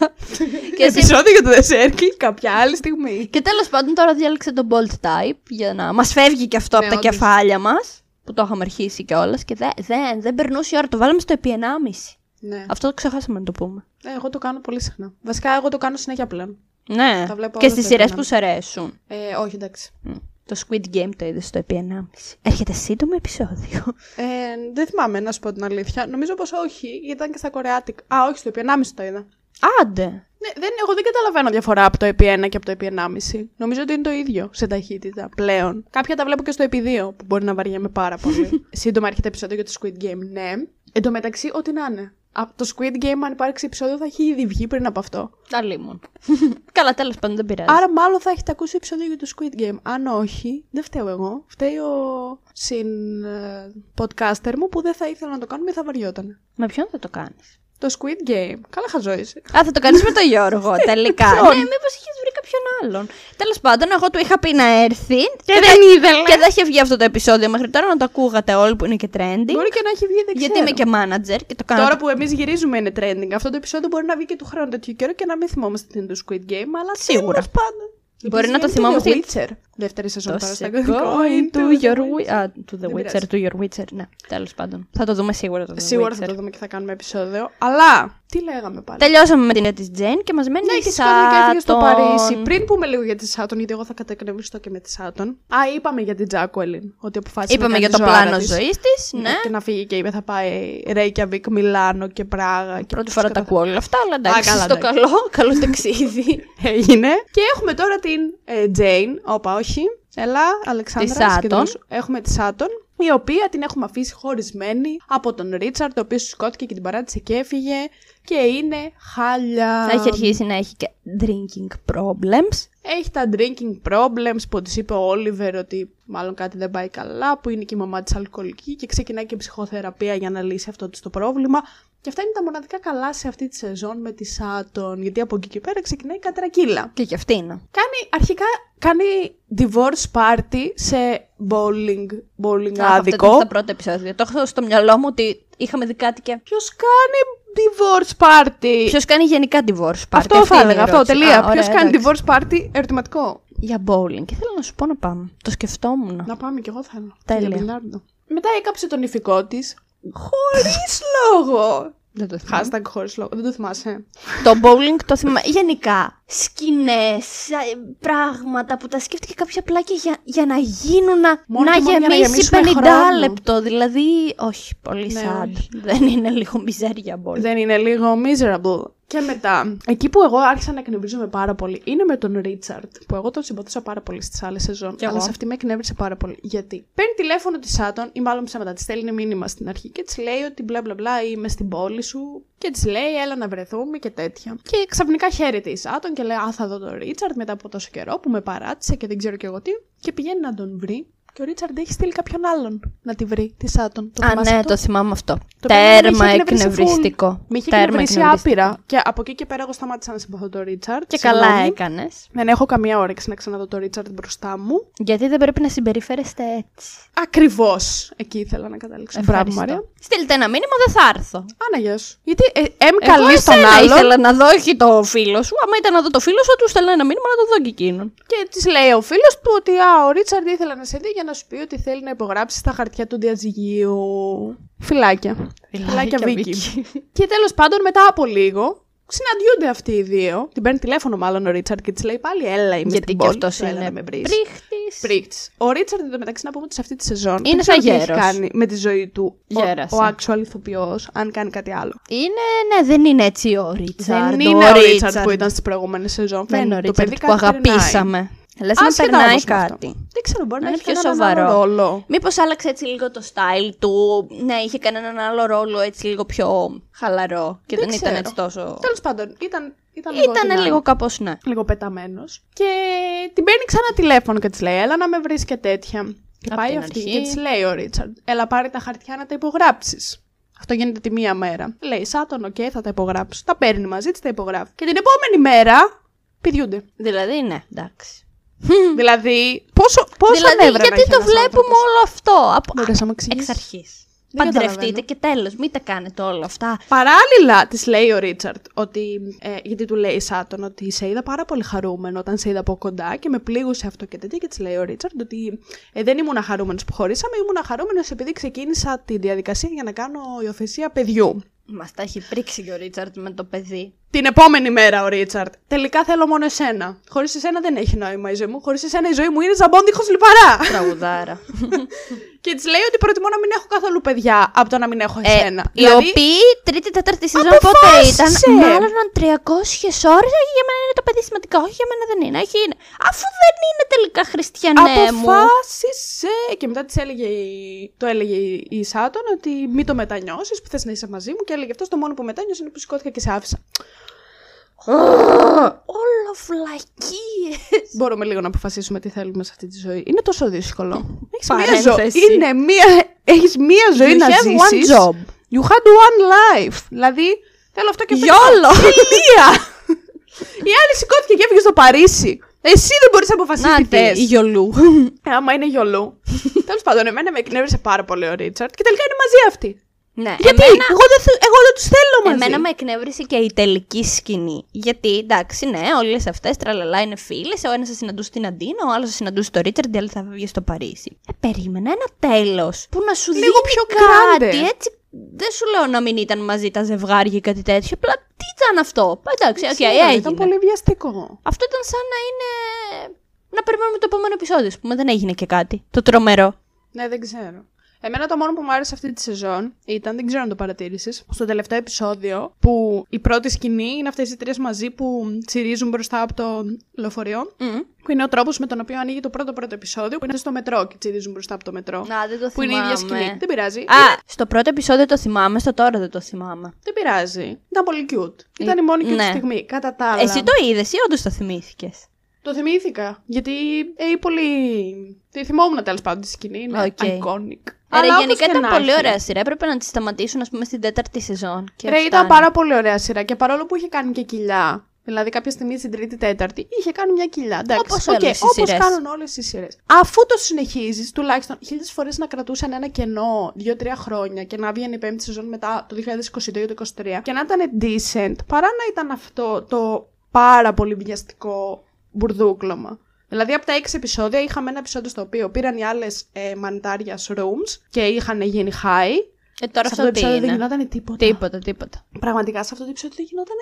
Speaker 2: και, εσύ-
Speaker 1: Επεισόδιο για το The Circle κάποια άλλη στιγμή.
Speaker 2: και τέλος πάντων τώρα διάλεξα τον Bolt Type για να μας φεύγει και αυτό
Speaker 1: Ναι,
Speaker 2: από τα
Speaker 1: όντως.
Speaker 2: κεφάλια μας που το είχαμε αρχίσει κιόλας και δεν δεν- δεν περνούσε η ώρα. Το βάλαμε στο επί 1,5.
Speaker 1: Ναι.
Speaker 2: Αυτό το ξεχάσαμε να το πούμε.
Speaker 1: Ε, εγώ το κάνω πολύ συχνά. Βασικά, εγώ το κάνω συνέχεια πλέον.
Speaker 2: Ναι.
Speaker 1: Τα βλέπω
Speaker 2: και
Speaker 1: όλα
Speaker 2: στι
Speaker 1: στο
Speaker 2: σειρές
Speaker 1: επί
Speaker 2: που σου αρέσουν.
Speaker 1: Ε, όχι, εντάξει.
Speaker 2: Μμ. Το Squid Game το είδες στο επί 1,5. Έρχεται σύντομο επεισόδιο.
Speaker 1: Ε, δεν θυμάμαι να σου πω την αλήθεια. Νομίζω πως όχι. Ήταν και στα Κορεάτικα. Α, όχι, στο επί 1,5 το είδα.
Speaker 2: Άντε.
Speaker 1: Ναι, δεν, εγώ δεν καταλαβαίνω διαφορά από το επί 1 και από το επί 1,5. Νομίζω ότι είναι το ίδιο σε ταχύτητα πλέον. Κάποια τα βλέπω και στο επί 2 που μπορεί να βαριέμαι πάρα πολύ. Σύντομα έρχεται επεισόδιο για το Squid Game, ναι. Εν τω μεταξύ, ό,τι να είναι. Από το Squid Game, αν υπάρξει επεισόδιο, θα έχει ήδη βγει πριν από αυτό.
Speaker 2: Τα λίμων. Καλά, τέλος πάντων δεν πειράζει.
Speaker 1: Άρα, μάλλον θα έχετε ακούσει επεισόδιο για το Squid Game. Αν όχι, δεν φταίω εγώ. Φταίει ο συν ε, podcaster μου που δεν θα ήθελα να το κάνουμε ή θα βαριόταν.
Speaker 2: Με ποιον θα το κάνεις.
Speaker 1: Το Squid Game. Καλά, χαζόησε.
Speaker 2: Α, θα το κάνεις με τον Γιώργο τελικά. ναι,
Speaker 1: Ποιον?
Speaker 2: μήπως είχες βρει κάποιον άλλον. Τέλος πάντων, εγώ του είχα πει να έρθει. Και,
Speaker 1: δεν ήθελα.
Speaker 2: Και δεν είχε βγει αυτό το επεισόδιο μέχρι τώρα να το ακούγατε όλοι που είναι και trendy.
Speaker 1: Μπορεί και να έχει βγει, δεν
Speaker 2: Ε, γιατί
Speaker 1: ξέρω.
Speaker 2: είμαι και manager και το κάνω.
Speaker 1: Τώρα που εμείς γυρίζουμε είναι trending. Αυτό το επεισόδιο μπορεί να βγει και του χρόνου τέτοιου καιρό και να μην θυμόμαστε την του Squid Game, αλλά
Speaker 2: Σίγουρα.
Speaker 1: τέλος πάντων.
Speaker 2: Μπορεί να το
Speaker 1: Επίσης, γίνεται
Speaker 2: θυμόμαστε-
Speaker 1: The Witcher. Δεύτερη σεζόν τώρα στα
Speaker 2: σε
Speaker 1: αγγλικά.
Speaker 2: going to your wi- Α, to the
Speaker 1: Δεν
Speaker 2: Witcher,
Speaker 1: πειράζει.
Speaker 2: to your Witcher. Ναι, τέλος πάντων. Θα το δούμε σίγουρα το The
Speaker 1: Σίγουρα
Speaker 2: Witcher.
Speaker 1: θα το δούμε και θα κάνουμε επεισόδιο. Αλλά τι λέγαμε πάλι.
Speaker 2: Τελειώσαμε με την ιδέα τη Τζέν και μας μένει
Speaker 1: Ναι,
Speaker 2: η
Speaker 1: και σκότωνα και έφυγε στο
Speaker 2: Σάτον.
Speaker 1: Παρίσι. Πριν πούμε λίγο για τη Σάτον, γιατί εγώ θα κατακρεμιστώ και με τη Σάτον. Α, είπαμε για την Τζάκολιν. Ότι αποφάσισε
Speaker 2: Είπαμε
Speaker 1: να
Speaker 2: για
Speaker 1: κάνει
Speaker 2: το
Speaker 1: ζωάρα
Speaker 2: πλάνο
Speaker 1: της.
Speaker 2: ζωής της. Ναι.
Speaker 1: Και να φύγει και είπε θα πάει Ρέικιαβικ, Μιλάνο και Πράγα. Και
Speaker 2: Πρώτη
Speaker 1: πώς
Speaker 2: φορά τα
Speaker 1: κατα-
Speaker 2: ακούω όλα αυτά, αλλά εντάξει.
Speaker 1: καλά,
Speaker 2: στο
Speaker 1: εντάξει.
Speaker 2: καλό, καλό ταξίδι.
Speaker 1: Έγινε. Και έχουμε τώρα την ε, Jane. Όπα, όχι. Ελά, Αλεξάνδρα.
Speaker 2: Σάτον.
Speaker 1: συγκεντρώσου. Έχουμε τη Σάτον. Η οποία την έχουμε αφήσει χωρισμένη από τον Ρίτσαρντ, ο οποίος σκότηκε και την παράτησε και έφυγε. Και είναι χάλια.
Speaker 2: θα έχει αρχίσει να έχει και drinking problems.
Speaker 1: Έχει τα drinking problems που της είπε ο Όλιβερ ότι μάλλον κάτι δεν πάει καλά, που είναι και η μαμά της αλκοολική και ξεκινάει και ψυχοθεραπεία για να λύσει αυτό της το πρόβλημα. Και αυτά είναι τα μοναδικά καλά σε αυτή τη σεζόν με τη Σάτον, γιατί από εκεί και πέρα ξεκινάει η κατρακύλα.
Speaker 2: Και κι αυτή είναι.
Speaker 1: Κάνει, αρχικά κάνει divorce party σε bowling, bowling
Speaker 2: Αυτό
Speaker 1: άδικο.
Speaker 2: ήταν στα πρώτα επεισόδια. Το έχω στο μυαλό μου ότι είχαμε δει κάτι και.
Speaker 1: Ποιος κάνει divorce party.
Speaker 2: Ποιος κάνει γενικά divorce party.
Speaker 1: Αυτό
Speaker 2: Αυτή
Speaker 1: θα
Speaker 2: είναι η
Speaker 1: έλεγα, αυτό,
Speaker 2: ερώτηση.
Speaker 1: τελεία.
Speaker 2: Α, ωραία,
Speaker 1: Ποιος κάνει
Speaker 2: εντάξει.
Speaker 1: divorce party, ερωτηματικό.
Speaker 2: Για bowling. Και θέλω να σου πω να πάμε. Το σκεφτόμουν.
Speaker 1: Να πάμε κι εγώ θέλω.
Speaker 2: Τέλεια.
Speaker 1: Για μπιλιάρντο. Μετά έκαψε τον ηφικό της. Χωρίς λόγο.
Speaker 2: Δεν το θυμάμαι.
Speaker 1: Hashtag χωρίς λόγο. Δεν το θυμάσαι.
Speaker 2: Το bowling το θυμάμαι. Γενικά, σκηνές, πράγματα που τα σκέφτηκε κάποια πλάκια για, για να γίνουν να,
Speaker 1: Μόνο
Speaker 2: να
Speaker 1: και μόνο για να
Speaker 2: γεμίσει 50
Speaker 1: γεμίσουμε χρόνο.
Speaker 2: λεπτό. Δηλαδή, όχι, πολύ
Speaker 1: Ναι,
Speaker 2: sad.
Speaker 1: όχι.
Speaker 2: Δεν είναι λίγο μιζέρια bowling.
Speaker 1: Δεν είναι λίγο miserable. Και μετά, εκεί που εγώ άρχισα να εκνευρίζομαι πάρα πολύ είναι με τον Ρίτσαρτ, που εγώ τον συμπαθούσα πάρα πολύ στις άλλες σεζόν.
Speaker 2: Κι εγώ.
Speaker 1: αλλά σε αυτή με εκνεύρισε πάρα πολύ. Γιατί παίρνει τηλέφωνο της Σάτων, ή μάλλον ψέματα, της στέλνει μήνυμα στην αρχή και της λέει ότι μπλα μπλα μπλα είμαι στην πόλη σου. Και της λέει, έλα να βρεθούμε και τέτοια. Και ξαφνικά χαίρεται η Σάτων και λέει, Α, θα δω τον Ρίτσαρτ μετά από τόσο καιρό που με παράτησε και δεν ξέρω κι εγώ τι. Και πηγαίνει να τον βρει Και ο Ρίτσαρντ έχει στείλει κάποιον άλλον να τη βρει, τη Σάτον. Το
Speaker 2: Α,
Speaker 1: θυμάσαι
Speaker 2: ναι,
Speaker 1: αυτό?
Speaker 2: το θυμάμαι αυτό.
Speaker 1: οποίο με είχε
Speaker 2: Τέρμα
Speaker 1: εκνευρίσει full.
Speaker 2: εκνευριστικό.
Speaker 1: Με είχε
Speaker 2: Τέρμα
Speaker 1: εκνευρίσει
Speaker 2: εκνευριστικό.
Speaker 1: άπειρα. Και από εκεί και πέρα εγώ σταμάτησα να συμπαθώ τον Ρίτσαρντ.
Speaker 2: Και
Speaker 1: συγγνώμη.
Speaker 2: καλά έκανες.
Speaker 1: Δεν έχω καμία όρεξη να ξαναδώ τον Ρίτσαρντ μπροστά μου.
Speaker 2: Γιατί δεν πρέπει να συμπεριφέρεστε έτσι.
Speaker 1: Ακριβώς εκεί ήθελα να καταλήξω. Μπράβο,
Speaker 2: Ευχαριστώ.
Speaker 1: Μαρία.
Speaker 2: Στείλτε ένα μήνυμα, δεν θα έρθω.
Speaker 1: Άναγε. Γιατί ε, εμ καλή
Speaker 2: Εγώ
Speaker 1: στον
Speaker 2: εσένα
Speaker 1: άλλον.
Speaker 2: ήθελα να δω, όχι το φίλο σου. Άμα ήταν να δω το φίλο σου, θα του στέλνω ένα μήνυμα να το δω και εκείνον.
Speaker 1: Και της λέει ο φίλος του ότι α, ο Ρίτσαρντ ήθελε να σε δει για να σου πει ότι θέλει να υπογράψει τα χαρτιά του διαζυγίου. Φυλάκια.
Speaker 2: Βίκυ.
Speaker 1: και τέλος πάντων, μετά από λίγο, συναντιούνται αυτοί οι δύο. Την παίρνει τηλέφωνο μάλλον ο Ρίτσαρντ και της λέει πάλι έλα είμαι
Speaker 2: Γιατί
Speaker 1: στην
Speaker 2: και
Speaker 1: πόλη
Speaker 2: αυτός
Speaker 1: σου, έλα να
Speaker 2: είναι
Speaker 1: με βρεις».
Speaker 2: πρίχτης.
Speaker 1: Πρίχτης. Ο Ρίτσαρντ εντωμεταξύ να πούμε ότι σε αυτή τη σεζόν.
Speaker 2: Είναι
Speaker 1: δεν ξέρω
Speaker 2: σαν
Speaker 1: τι έχει
Speaker 2: γέρος.
Speaker 1: κάνει με τη ζωή του ο,
Speaker 2: Γέρασε.
Speaker 1: ο actual ηθοποιός, αν κάνει κάτι άλλο.
Speaker 2: Είναι, ναι, δεν είναι έτσι ο Ρίτσαρντ.
Speaker 1: Δεν είναι ο Ρίτσαρντ που ήταν στις προηγούμενες σεζόν.
Speaker 2: Δεν είναι ο
Speaker 1: το
Speaker 2: Ρίτσαρντ
Speaker 1: παιδί
Speaker 2: που
Speaker 1: κάτι περνάει.
Speaker 2: αγαπήσαμε. Λες να
Speaker 1: Άσχετα
Speaker 2: περνάει
Speaker 1: όμως με αυτό.
Speaker 2: κάτι.
Speaker 1: Δεν ξέρω, μπορεί να,
Speaker 2: Να είναι
Speaker 1: έχει
Speaker 2: πιο
Speaker 1: κανέναν
Speaker 2: σοβαρό.
Speaker 1: άλλο ρόλο.
Speaker 2: Μήπως άλλαξε έτσι λίγο το style του, να είχε κανέναν άλλο ρόλο έτσι λίγο πιο χαλαρό και δεν,
Speaker 1: Δεν
Speaker 2: ήταν
Speaker 1: ξέρω.
Speaker 2: έτσι τόσο.
Speaker 1: Τέλος πάντων, ήταν, ήταν,
Speaker 2: Ήταν
Speaker 1: δυνάμει.
Speaker 2: λίγο κάπως ναι.
Speaker 1: λίγο πεταμένος. Και την παίρνει ξανά τηλέφωνο και της λέει: Έλα να με βρεις και τέτοια. Και
Speaker 2: Απ'
Speaker 1: πάει
Speaker 2: την
Speaker 1: αυτή
Speaker 2: αρχή.
Speaker 1: και της λέει ο Ρίτσαρντ: Έλα πάρει τα χαρτιά να τα υπογράψεις. Αυτό γίνεται τη μία μέρα. Λέει: Σάτον, οκ, θα τα υπογράψω. Τα παίρνει μαζί της, τα υπογράφει. Και την επόμενη μέρα πηδιούνται.
Speaker 2: Δηλαδή, ναι, εντάξει.
Speaker 1: δηλαδή, πόσο, πόσο
Speaker 2: δηλαδή,
Speaker 1: ανέβρε να
Speaker 2: γιατί
Speaker 1: έχει
Speaker 2: το
Speaker 1: ένας
Speaker 2: βλέπουμε
Speaker 1: άνθρωπος.
Speaker 2: όλο αυτό. Από...
Speaker 1: Μπορείς να μου εξηγήσεις?
Speaker 2: Εξ αρχής.
Speaker 1: Δεν
Speaker 2: Παντρευτείτε
Speaker 1: καταλαβαίνω.
Speaker 2: και τέλος. Μην τα κάνετε όλα αυτά.
Speaker 1: Παράλληλα, της λέει ο Ρίτσαρτ ότι. Ε, γιατί του λέει η Σάτον ότι σε είδα πάρα πολύ χαρούμενο όταν σε είδα από κοντά και με πλήγωσε αυτό και τέτοια. Και της λέει ο Ρίτσαρτ ότι ε, δεν ήμουν χαρούμενος που χωρίσαμε, ήμουν χαρούμενος επειδή ξεκίνησα τη διαδικασία για να κάνω υιοθεσία παιδιού.
Speaker 2: Μας τα έχει πρίξει και ο Ρίτσαρντ με το παιδί.
Speaker 1: Την επόμενη μέρα ο Ρίτσαρτ. Τελικά θέλω μόνο εσένα. Χωρίς εσένα δεν έχει νόημα η ζωή μου. Χωρίς εσένα η ζωή μου είναι ζαμπόν δίχω λιπαρά.
Speaker 2: Τραγουδάρα.
Speaker 1: και της λέει ότι προτιμώ να μην έχω καθόλου παιδιά από το να μην έχω
Speaker 2: Ε,
Speaker 1: εσένα.
Speaker 2: οι
Speaker 1: Δηλαδή,
Speaker 2: οποίοι τρίτη, τέταρτη σεζόν πότε
Speaker 1: Αποφάσισε!
Speaker 2: ήταν. Μάλλον 300 ώρε. Για μένα είναι το παιδί σημαντικό. Όχι, για μένα δεν είναι. Όχι, είναι. Αφού δεν είναι τελικά χριστιανέ Ναι, μου.
Speaker 1: αποφάσισε. Και μετά της έλεγε, η- το έλεγε η- η Σάτον ότι μην το μετανιώσεις που θες να είσαι μαζί μου. Και έλεγε αυτός το μόνο που μετάνιωσε είναι που σηκώθηκα και σε άφησα.
Speaker 2: Όλο φλακίε.
Speaker 1: Μπορούμε λίγο να αποφασίσουμε τι θέλουμε σε αυτή τη ζωή. Είναι τόσο δύσκολο. Έχεις μία ζωή.
Speaker 2: Παρένθεση.
Speaker 1: Είναι μία. Έχεις μία ζωή
Speaker 2: You
Speaker 1: να
Speaker 2: have one
Speaker 1: ζήσεις.
Speaker 2: job.
Speaker 1: You had one life. Δηλαδή θέλω αυτό και αυτό.
Speaker 2: Γιόλο!
Speaker 1: Τελεία! η άλλη σηκώθηκε και έφυγε στο Παρίσι. Εσύ δεν μπορείς να αποφασίσεις τι
Speaker 2: Να τη,
Speaker 1: θες.
Speaker 2: η γιολού.
Speaker 1: Ε, άμα είναι γιολού. Τέλος πάντων, εμένα με εκνεύρισε πάρα πολύ ο Ρίτσαρτ και τελικά είναι μαζί αυτή.
Speaker 2: ναι,
Speaker 1: Γιατί
Speaker 2: εμένα-
Speaker 1: εγώ δεν, θε- εγώ δεν τους θέλω μαζί.
Speaker 2: Εμένα με εκνεύρισε και η τελική σκηνή. Γιατί εντάξει, ναι, όλες αυτές τραλαλά είναι φίλες. Ο ένας θα συναντούσε την Αντίνα, ο άλλος θα συναντούσε τον Ρίτσαρντ, η άλλη θα βγει στο Παρίσι. Ε, περίμενα ένα τέλος που να σου
Speaker 1: Λίγο
Speaker 2: δίνει
Speaker 1: πιο
Speaker 2: κάτι.
Speaker 1: grande.
Speaker 2: Έτσι, δεν σου λέω να μην ήταν μαζί τα ζευγάρια ή κάτι τέτοιο. Απλά τι ήταν αυτό. Ε, Εντάξει, οκ,
Speaker 1: Ξέρω,
Speaker 2: έγινε.
Speaker 1: Ήταν πολύ βιαστικό.
Speaker 2: Αυτό ήταν σαν να είναι. Να περιμένουμε το επόμενο επεισόδιο, ας πούμε. Δεν έγινε και κάτι. Το τρομερό.
Speaker 1: Ναι, δεν ξέρω. Εμένα το μόνο που μου άρεσε αυτή τη σεζόν ήταν, δεν ξέρω αν το παρατήρησες, στο τελευταίο επεισόδιο που η πρώτη σκηνή είναι αυτές οι τρεις μαζί που τσιρίζουν μπροστά από το λεωφορείο.
Speaker 2: Μμμ.
Speaker 1: Που είναι ο τρόπος με τον οποίο ανοίγει το πρώτο πρώτο επεισόδιο που είναι στο μετρό και τσιρίζουν μπροστά από το μετρό.
Speaker 2: Να, δεν το θυμάμαι.
Speaker 1: που είναι η ίδια σκηνή. Δεν πειράζει.
Speaker 2: Α, στο πρώτο επεισόδιο το θυμάμαι, στο τώρα δεν το θυμάμαι.
Speaker 1: Δεν πειράζει. Ήταν πολύ cute. Ήταν η μόνη cute
Speaker 2: ναι.
Speaker 1: στιγμή. Κατά τα άλλα.
Speaker 2: Εσύ το είδες ή όντως το θυμήθηκες.
Speaker 1: Το θυμήθηκα. Γιατί ε, πολύ. Τη θυμόμουν τέλος πάντων τη σκηνή. Είναι
Speaker 2: Οκ.
Speaker 1: iconic.
Speaker 2: Άρα
Speaker 1: όπως
Speaker 2: γενικά
Speaker 1: και
Speaker 2: ήταν
Speaker 1: να
Speaker 2: πολύ
Speaker 1: έχει.
Speaker 2: ωραία σειρά. Έπρεπε να τη σταματήσουν, ας πούμε, στην τέταρτη σεζόν. Και
Speaker 1: Ρε, ήταν
Speaker 2: φτάνει.
Speaker 1: πάρα πολύ ωραία σειρά. Και παρόλο που είχε κάνει και κοιλιά. Δηλαδή κάποια στιγμή στην τρίτη, τέταρτη, είχε κάνει μια κοιλιά. Εντάξει,
Speaker 2: Όπως
Speaker 1: οκ,
Speaker 2: όλες οι
Speaker 1: όπως
Speaker 2: σειρές.
Speaker 1: κάνουν όλες οι σειρές. Αφού το συνεχίζεις, τουλάχιστον χίλιες φορές να κρατούσαν ένα κενό δύο-τρία χρόνια και να βγαίνει η πέμπτη σεζόν μετά το 2022 ή το 2023 και να ήταν decent, παρά να ήταν αυτό το πάρα πολύ βιαστικό μπουρδούκλωμα. Δηλαδή από τα έξι επεισόδια είχαμε ένα επεισόδιο στο οποίο πήραν οι άλλες ε, μανιτάρια rooms και είχαν γίνει high.
Speaker 2: Ε, τώρα
Speaker 1: Σε αυτό το
Speaker 2: αυτό τι
Speaker 1: επεισόδιο δεν
Speaker 2: είναι.
Speaker 1: γινόταν τίποτα.
Speaker 2: Τίποτα, τίποτα.
Speaker 1: Πραγματικά σε αυτό το επεισόδιο δεν γινόταν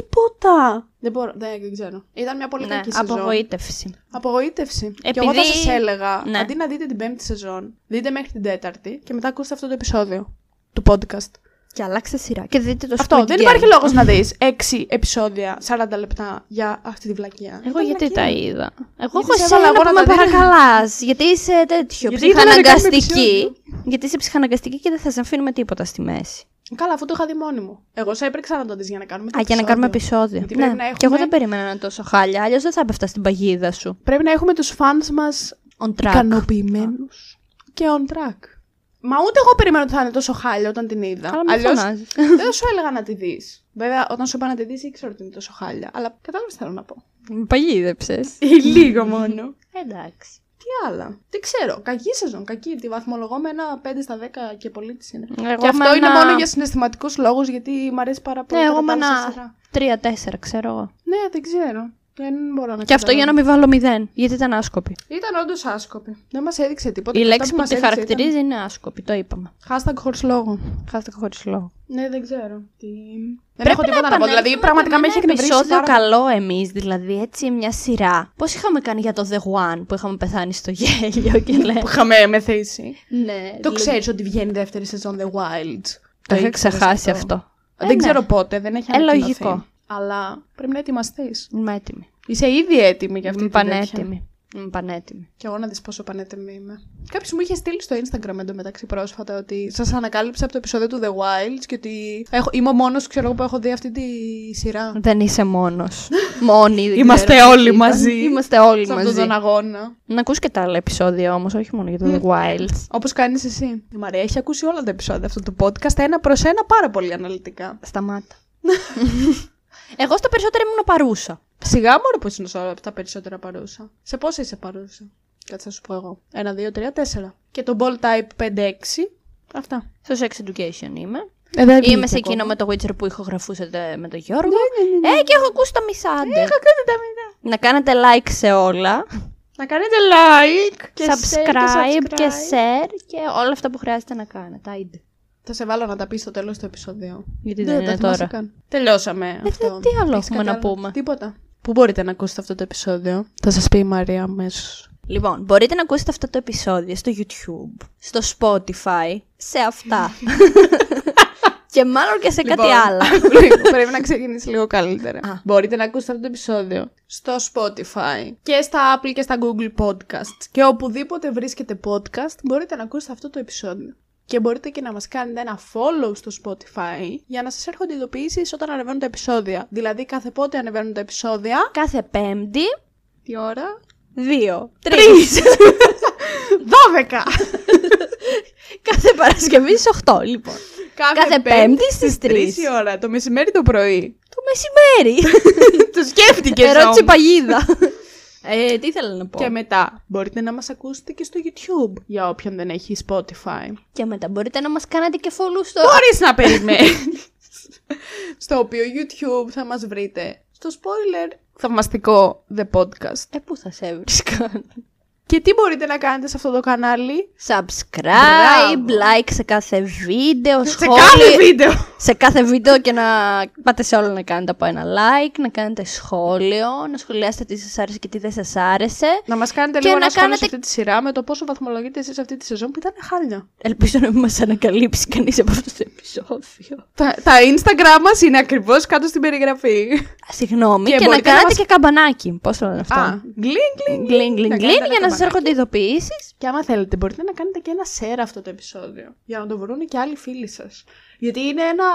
Speaker 1: τίποτα. Δεν μπορώ, δεν, δεν ξέρω. Ήταν μια πολύ
Speaker 2: Ναι,
Speaker 1: κακή σεζόν.
Speaker 2: απογοήτευση.
Speaker 1: Απογοήτευση. Και εγώ θα
Speaker 2: Επειδή-
Speaker 1: σας έλεγα,
Speaker 2: Ναι.
Speaker 1: αντί να δείτε την πέμπτη σεζόν, δείτε μέχρι την τέταρτη και μετά ακούστε αυτό το επεισόδιο του podcast.
Speaker 2: Και αλλάξτε σειρά. Και δείτε το
Speaker 1: αυτό.
Speaker 2: Squid
Speaker 1: Δεν
Speaker 2: Game.
Speaker 1: υπάρχει λόγος να δεις 6 επεισόδια, 40 λεπτά για αυτή τη βλακεία.
Speaker 2: Εγώ
Speaker 1: Ήταν
Speaker 2: γιατί τα
Speaker 1: βλακεία.
Speaker 2: είδα. Εγώ
Speaker 1: Γιατί
Speaker 2: έχω
Speaker 1: σε
Speaker 2: εσένα
Speaker 1: έβαλα εγώ
Speaker 2: που
Speaker 1: να
Speaker 2: με
Speaker 1: τα δίνω.
Speaker 2: παρακαλά. Γιατί είσαι τέτοιο.
Speaker 1: Γιατί ήθελα να κάνουμε
Speaker 2: ψυχαναγκαστική.
Speaker 1: επεισόδιο.
Speaker 2: Γιατί είσαι ψυχαναγκαστική και δεν θα σε αφήνουμε τίποτα στη μέση.
Speaker 1: Καλά, αφού το είχα δει μόνη μου. Εγώ σε έπρεξα να το δεις για να κάνουμε το
Speaker 2: Α, για να κάνουμε επεισόδιο.
Speaker 1: Γιατί
Speaker 2: ναι,
Speaker 1: πρέπει να
Speaker 2: και εγώ
Speaker 1: έχουμε-
Speaker 2: δεν περίμενα να είναι τόσο χάλια. Αλλιώς δεν θα έπεφτα στην παγίδα σου.
Speaker 1: Πρέπει να έχουμε τους φαν μας
Speaker 2: On track.
Speaker 1: ικανοποιημένους και on track. Μα ούτε εγώ περίμενα ότι θα είναι τόσο χάλια όταν την είδα.
Speaker 2: Αλλά μην
Speaker 1: Αλλιώς
Speaker 2: φωνάζεις.
Speaker 1: δεν θα σου έλεγα να τη δεις. Βέβαια, όταν σου είπα να τη δεις, ήξερα ότι είναι τόσο χάλια. Αλλά κατάλαβες τι θέλω να πω.
Speaker 2: Παγίδεψες.
Speaker 1: Ε, Λίγο μόνο.
Speaker 2: Εντάξει.
Speaker 1: Τι άλλα. Δεν ξέρω. Κακή σεζόν. Κακή. Τη βαθμολογώ με ένα 5 στα 10 και πολύ της είναι.
Speaker 2: Εγώ
Speaker 1: και αυτό
Speaker 2: με
Speaker 1: είναι
Speaker 2: ένα-
Speaker 1: μόνο για συναισθηματικούς λόγους, γιατί μου αρέσει πάρα πολύ.
Speaker 2: Ναι,
Speaker 1: τα
Speaker 2: εγώ με
Speaker 1: τετάρτα
Speaker 2: ένα
Speaker 1: στα σειρά.
Speaker 2: τρία-τέσσερα, ξέρω εγώ.
Speaker 1: Ναι, δεν ξέρω. Δεν μπορώ να
Speaker 2: Και αυτό
Speaker 1: καταλάβω.
Speaker 2: για να μην βάλω μηδέν, γιατί ήταν άσκοπη.
Speaker 1: Ήταν όντως άσκοπη. Δεν μας έδειξε τίποτα.
Speaker 2: Η
Speaker 1: Και
Speaker 2: λέξη
Speaker 1: αυτά
Speaker 2: που
Speaker 1: μας
Speaker 2: τη
Speaker 1: έδειξε
Speaker 2: χαρακτηρίζει είναι άσκοπη, το είπαμε.
Speaker 1: ήταν Hashtag χωρίς λόγο.
Speaker 2: Χάστηκα χωρίς λόγο.
Speaker 1: Ναι, δεν ξέρω. Τι... Δεν
Speaker 2: Πρέπει
Speaker 1: έχω τίποτα να, πω. Δηλαδή, πραγματικά με έχει εκνευρίσει.
Speaker 2: επεισόδιο
Speaker 1: Πάρα...
Speaker 2: καλό εμείς, δηλαδή έτσι μια σειρά. Πώς είχαμε κάνει για το The One που είχαμε πεθάνει στο γέλιο και λέμε.
Speaker 1: Που είχαμε μεθύσει.
Speaker 2: ναι,
Speaker 1: Το ξέρεις ότι βγαίνει δεύτερη σεζόν The Wild.
Speaker 2: Το είχα
Speaker 1: ήξερες
Speaker 2: ξεχάσει αυτό.
Speaker 1: Δεν
Speaker 2: Ε, ναι.
Speaker 1: ξέρω πότε, δεν έχει
Speaker 2: Ε,
Speaker 1: ανακοινωθεί.
Speaker 2: λογικό.
Speaker 1: Αλλά πρέπει να ετοιμαστείς.
Speaker 2: Είμαι έτοιμη.
Speaker 1: Είσαι ήδη έτοιμη για αυτή
Speaker 2: Είμαι
Speaker 1: την τέτοια.
Speaker 2: πανέτοιμη. Είμαι πανέτοιμη.
Speaker 1: Και εγώ να δεις πόσο πανέτοιμη είμαι. Κάποιος μου είχε στείλει στο Instagram εντωμεταξύ πρόσφατα ότι σας ανακάλυψα από το επεισόδιο του The Wilds και ότι έχω, είμαι ο μόνος που έχω δει αυτή τη σειρά.
Speaker 2: Δεν είσαι μόνος. Μόνοι. δεν
Speaker 1: Είμαστε
Speaker 2: ξέρω
Speaker 1: όλοι
Speaker 2: τι ήταν.
Speaker 1: μαζί.
Speaker 2: Είμαστε όλοι
Speaker 1: Σε αυτόν
Speaker 2: μαζί.
Speaker 1: τον αγώνα.
Speaker 2: Να ακούς και τα άλλα επεισόδια όμως, όχι μόνο για το The Wilds.
Speaker 1: Όπως κάνεις εσύ. Η Μαρία έχει ακούσει όλα τα επεισόδια αυτού του podcast ένα προς ένα πάρα πολύ αναλυτικά.
Speaker 2: Σταμάτα. Εγώ στα περισσότερα ήμουν παρούσα.
Speaker 1: Σιγά μόνο που είσαι όλα τα περισσότερα παρούσα. Σε πόσα είσαι παρούσα. Κάτσε να σου πω εγώ. Ένα, δύο, τρία, τέσσερα. Και το ball type 5-6. Αυτά.
Speaker 2: Στο Sex Education είμαι.
Speaker 1: Ε, δεν
Speaker 2: Είμαι
Speaker 1: βγήκε
Speaker 2: σε
Speaker 1: ακόμα.
Speaker 2: εκείνο με το Witcher που ηχογραφούσατε με τον Γιώργο.
Speaker 1: Ναι, ναι, ναι, Ε, ναι.
Speaker 2: Ε, και έχω ακούσει τα μισά, άντε.
Speaker 1: Είχα κάνει τα μηνά.
Speaker 2: Να κάνετε like σε όλα.
Speaker 1: Να κάνετε like και share
Speaker 2: subscribe
Speaker 1: και
Speaker 2: και
Speaker 1: subscribe.
Speaker 2: share και όλα αυτά που χρειάζεται να κάνετε. Ε, Άιντε.
Speaker 1: Θα σε βάλω να τα πεις στο τέλος του επεισοδίου.
Speaker 2: Γιατί
Speaker 1: Δεν
Speaker 2: δεν,
Speaker 1: τα
Speaker 2: είναι
Speaker 1: θυμάσαι
Speaker 2: τώρα. Ε,
Speaker 1: καν. Τελειώσαμε αυτό.
Speaker 2: τι άλλο
Speaker 1: Έχεις κάτι
Speaker 2: έχουμε να
Speaker 1: άλλο?
Speaker 2: πούμε.
Speaker 1: Τίποτα. Πού μπορείτε να ακούσετε αυτό το επεισόδιο. Θα σας πει η Μαρία αμέσως.
Speaker 2: Λοιπόν, μπορείτε να ακούσετε αυτό το επεισόδιο στο YouTube, στο Spotify, σε αυτά. και μάλλον και σε κάτι άλλο.
Speaker 1: Λοιπόν, Λίγο, πρέπει να ξεκινήσει λίγο καλύτερα.
Speaker 2: Α.
Speaker 1: Μπορείτε να ακούσετε αυτό το επεισόδιο στο Spotify και στα Apple και στα Google Podcasts. Και οπουδήποτε βρίσκετε podcast, μπορείτε να ακούσετε αυτό το επεισόδιο. Και μπορείτε και να μας κάνετε ένα follow στο Spotify για να σας έρχονται ειδοποιήσεις όταν ανεβαίνουν τα επεισόδια. Δηλαδή κάθε πότε ανεβαίνουν τα επεισόδια.
Speaker 2: Κάθε Πέμπτη,
Speaker 1: Τι ώρα?
Speaker 2: δύο, τρεις.
Speaker 1: 12!
Speaker 2: Κάθε Παρασκευή στις 8, λοιπόν. Κάθε Πέμπτη στις 3.
Speaker 1: η ώρα, το μεσημέρι το πρωί.
Speaker 2: Το μεσημέρι.
Speaker 1: το σκέφτηκες
Speaker 2: Ερώτηση παγίδα. ε, τι ήθελα να πω.
Speaker 1: Και μετά μπορείτε να μας ακούσετε και στο YouTube για όποιον δεν έχει Spotify.
Speaker 2: Και μετά μπορείτε να μας κάνετε και follow στο...
Speaker 1: Μπορείς να περιμένεις. στο οποίο YouTube θα μας βρείτε στο spoiler θαυμαστικό The Podcast.
Speaker 2: Ε, πού θα σε βρίσκαν.
Speaker 1: Και τι μπορείτε να κάνετε σε αυτό το κανάλι.
Speaker 2: Subscribe,
Speaker 1: Μπράβο.
Speaker 2: like σε κάθε βίντεο,
Speaker 1: Σε
Speaker 2: σχόλιο.
Speaker 1: κάθε βίντεο.
Speaker 2: σε κάθε βίντεο και να πάτε σε όλα να κάνετε από ένα like, να κάνετε σχόλιο, να σχολιάσετε τι σας άρεσε και τι δεν σας άρεσε.
Speaker 1: Να μας κάνετε
Speaker 2: Και
Speaker 1: λίγο
Speaker 2: να
Speaker 1: ένα σχόλιο σε
Speaker 2: κάνετε-
Speaker 1: αυτή τη σειρά με το πόσο βαθμολογείτε εσείς αυτή τη σεζόν που ήταν χάλια.
Speaker 2: Ελπίζω να μην μας ανακαλύψει κανείς από αυτό το επεισόδιο.
Speaker 1: Τα, τα Instagram μας είναι ακριβώς κάτω στην περιγραφή.
Speaker 2: Συγγνώμη,
Speaker 1: Και
Speaker 2: και, να
Speaker 1: μπορείτε να
Speaker 2: κάνετε
Speaker 1: μας-
Speaker 2: και καμπανάκι. Πώς το λένε αυτό.
Speaker 1: Α, γκλιν, γκλιν.
Speaker 2: Γκλιν, γκλιν,
Speaker 1: Να
Speaker 2: γκλιν,
Speaker 1: κάνετε
Speaker 2: για
Speaker 1: ένα
Speaker 2: να σας έρχονται ειδοποιήσεις.
Speaker 1: Και άμα θέλετε, μπορείτε να κάνετε και ένα share αυτό το επεισόδιο. Για να το βρουν και άλλοι φίλοι σας. Γιατί είναι ένα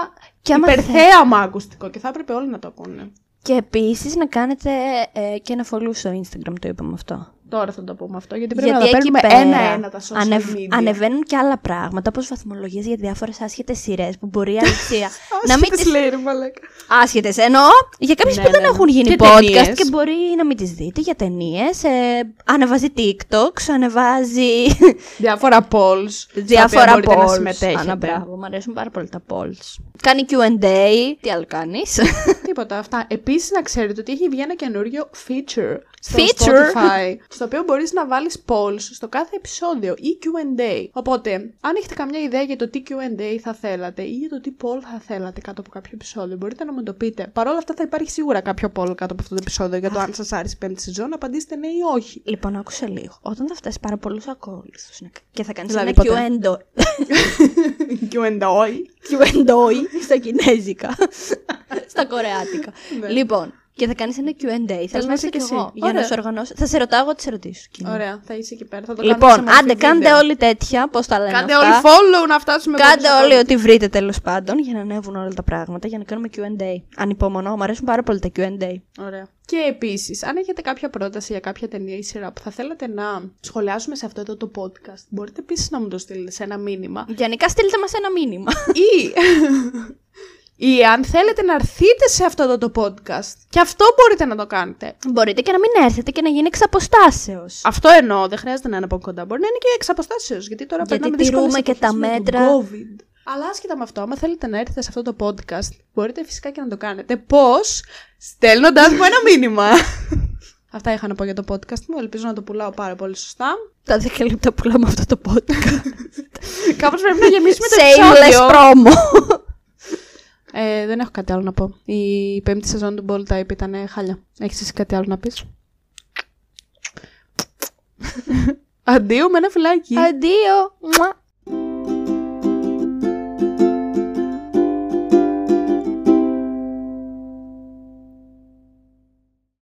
Speaker 2: Και άμα
Speaker 1: υπερθέαμα ακουστικό και θα έπρεπε όλοι να το ακούνε.
Speaker 2: Και επίσης να κάνετε ε, και ένα follow στο Instagram, το είπαμε αυτό.
Speaker 1: Τώρα θα το πούμε αυτό, γιατί πρέπει
Speaker 2: γιατί
Speaker 1: να τα
Speaker 2: εκεί
Speaker 1: παίρνουμε
Speaker 2: πέρα
Speaker 1: ένα-ένα τα social
Speaker 2: ανεβ-
Speaker 1: media.
Speaker 2: ανεβαίνουν και άλλα πράγματα, όπως βαθμολογίες για διάφορες άσχετες σειρές που μπορεί η αλήθεια να
Speaker 1: Να
Speaker 2: μην
Speaker 1: μην
Speaker 2: τις
Speaker 1: τις λέει ρε μαλάκα.
Speaker 2: Άσχετες, εννοώ για κάποιες
Speaker 1: Ναι,
Speaker 2: που δεν
Speaker 1: ναι, ναι.
Speaker 2: έχουν γίνει
Speaker 1: Και
Speaker 2: podcast
Speaker 1: ταινίες.
Speaker 2: και μπορεί να μην τις δείτε για ταινίες. Ε, ανεβάζει TikTok, ανεβάζει
Speaker 1: Διάφορα polls. στα οποία
Speaker 2: διάφορα
Speaker 1: μπορείτε να
Speaker 2: polls.
Speaker 1: συμμετέχετε.
Speaker 2: Ανά, μπράβο, μου αρέσουν πάρα πολύ τα polls. Κάνει QA. Τι άλλο κάνεις.
Speaker 1: Τίποτα αυτά. Επίσης, να ξέρετε ότι έχει βγει ένα καινούριο feature στο
Speaker 2: Feature.
Speaker 1: Spotify. στο οποίο μπορείς να βάλεις polls στο κάθε επεισόδιο ή QA. Οπότε, αν έχετε καμιά ιδέα για το τι QA θα θέλατε ή για το τι poll θα θέλατε κάτω από κάποιο επεισόδιο, μπορείτε να μου το πείτε. Παρ' όλα αυτά, θα υπάρχει σίγουρα κάποιο poll κάτω από αυτό το επεισόδιο για το αν σας άρεσε η πέμπτη σεζόν. Απαντήστε ναι ή όχι.
Speaker 2: λοιπόν, άκουσε λίγο. Όταν θα φτάσει πάρα πολλούς ακόλουθους και θα κάνεις
Speaker 1: Δηλαδή,
Speaker 2: ένα
Speaker 1: ποτέ.
Speaker 2: Q&O
Speaker 1: QA.
Speaker 2: Q&A στα κινέζικα, στα κορεάτικα.
Speaker 1: Ναι.
Speaker 2: Λοιπόν, Και θα κάνεις ένα QA. Θα
Speaker 1: Θες να είσαι
Speaker 2: είσαι
Speaker 1: κι
Speaker 2: και
Speaker 1: εσύ.
Speaker 2: εγώ. Για
Speaker 1: Ωραία.
Speaker 2: να σου οργανώσω. Θα σε ρωτάω εγώ τις ερωτήσεις.
Speaker 1: Ωραία, θα είσαι εκεί πέρα. Θα το κάνουμε σε
Speaker 2: Λοιπόν,
Speaker 1: μορφή
Speaker 2: άντε, κάντε
Speaker 1: βίντεο.
Speaker 2: όλοι τέτοια. Πώς τα λένε.
Speaker 1: Κάντε
Speaker 2: αυτά.
Speaker 1: όλοι follow να φτάσουμε
Speaker 2: Κάντε
Speaker 1: κοντά στο
Speaker 2: όλοι
Speaker 1: follow.
Speaker 2: ό,τι βρείτε τέλος πάντων για να ανέβουν όλα τα πράγματα, για να κάνουμε QA. Ανυπομονώ, μου αρέσουν πάρα πολύ τα QA.
Speaker 1: Ωραία. Και επίσης, αν έχετε κάποια πρόταση για κάποια ταινία ή σειρά που θα θέλατε να σχολιάσουμε σε αυτό εδώ το podcast, μπορείτε επίσης να μου το στείλετε σε ένα μήνυμα.
Speaker 2: Γενικά, στείλτε μας ένα μήνυμα.
Speaker 1: ή. ή αν θέλετε να έρθετε σε αυτό εδώ το podcast. Και αυτό μπορείτε να το κάνετε.
Speaker 2: Μπορείτε και να μην έρθετε και να γίνει εξ αποστάσεως.
Speaker 1: Αυτό εννοώ, δεν χρειάζεται να είναι από κοντά. Μπορεί να είναι και εξ αποστάσεως. Γιατί τώρα
Speaker 2: Γιατί
Speaker 1: περνάμε δύσκολες
Speaker 2: τηρούμε και
Speaker 1: εποχές
Speaker 2: τα
Speaker 1: με τον
Speaker 2: μέτρα.
Speaker 1: COVID. Αλλά άσχετα με αυτό, άμα θέλετε να έρθετε σε αυτό το podcast, μπορείτε φυσικά και να το κάνετε. Πώς? Στέλνοντα μου ένα μήνυμα. Αυτά είχα να πω για το podcast μου. Ελπίζω να το πουλάω πάρα πολύ σωστά.
Speaker 2: Τα 10 λεπτά που λέμε αυτό το podcast.
Speaker 1: Κάπως πρέπει να γεμίσουμε το
Speaker 2: Shameless
Speaker 1: επεισόδιο.
Speaker 2: promo.
Speaker 1: Ε, δεν έχω κάτι άλλο να πω. Η πέμπτη σεζόν του Ball Type ήταν χάλια. Έχεις εσύ κάτι άλλο να πεις? Αντίο με ένα φυλάκι.
Speaker 2: Αντίο. Μουα.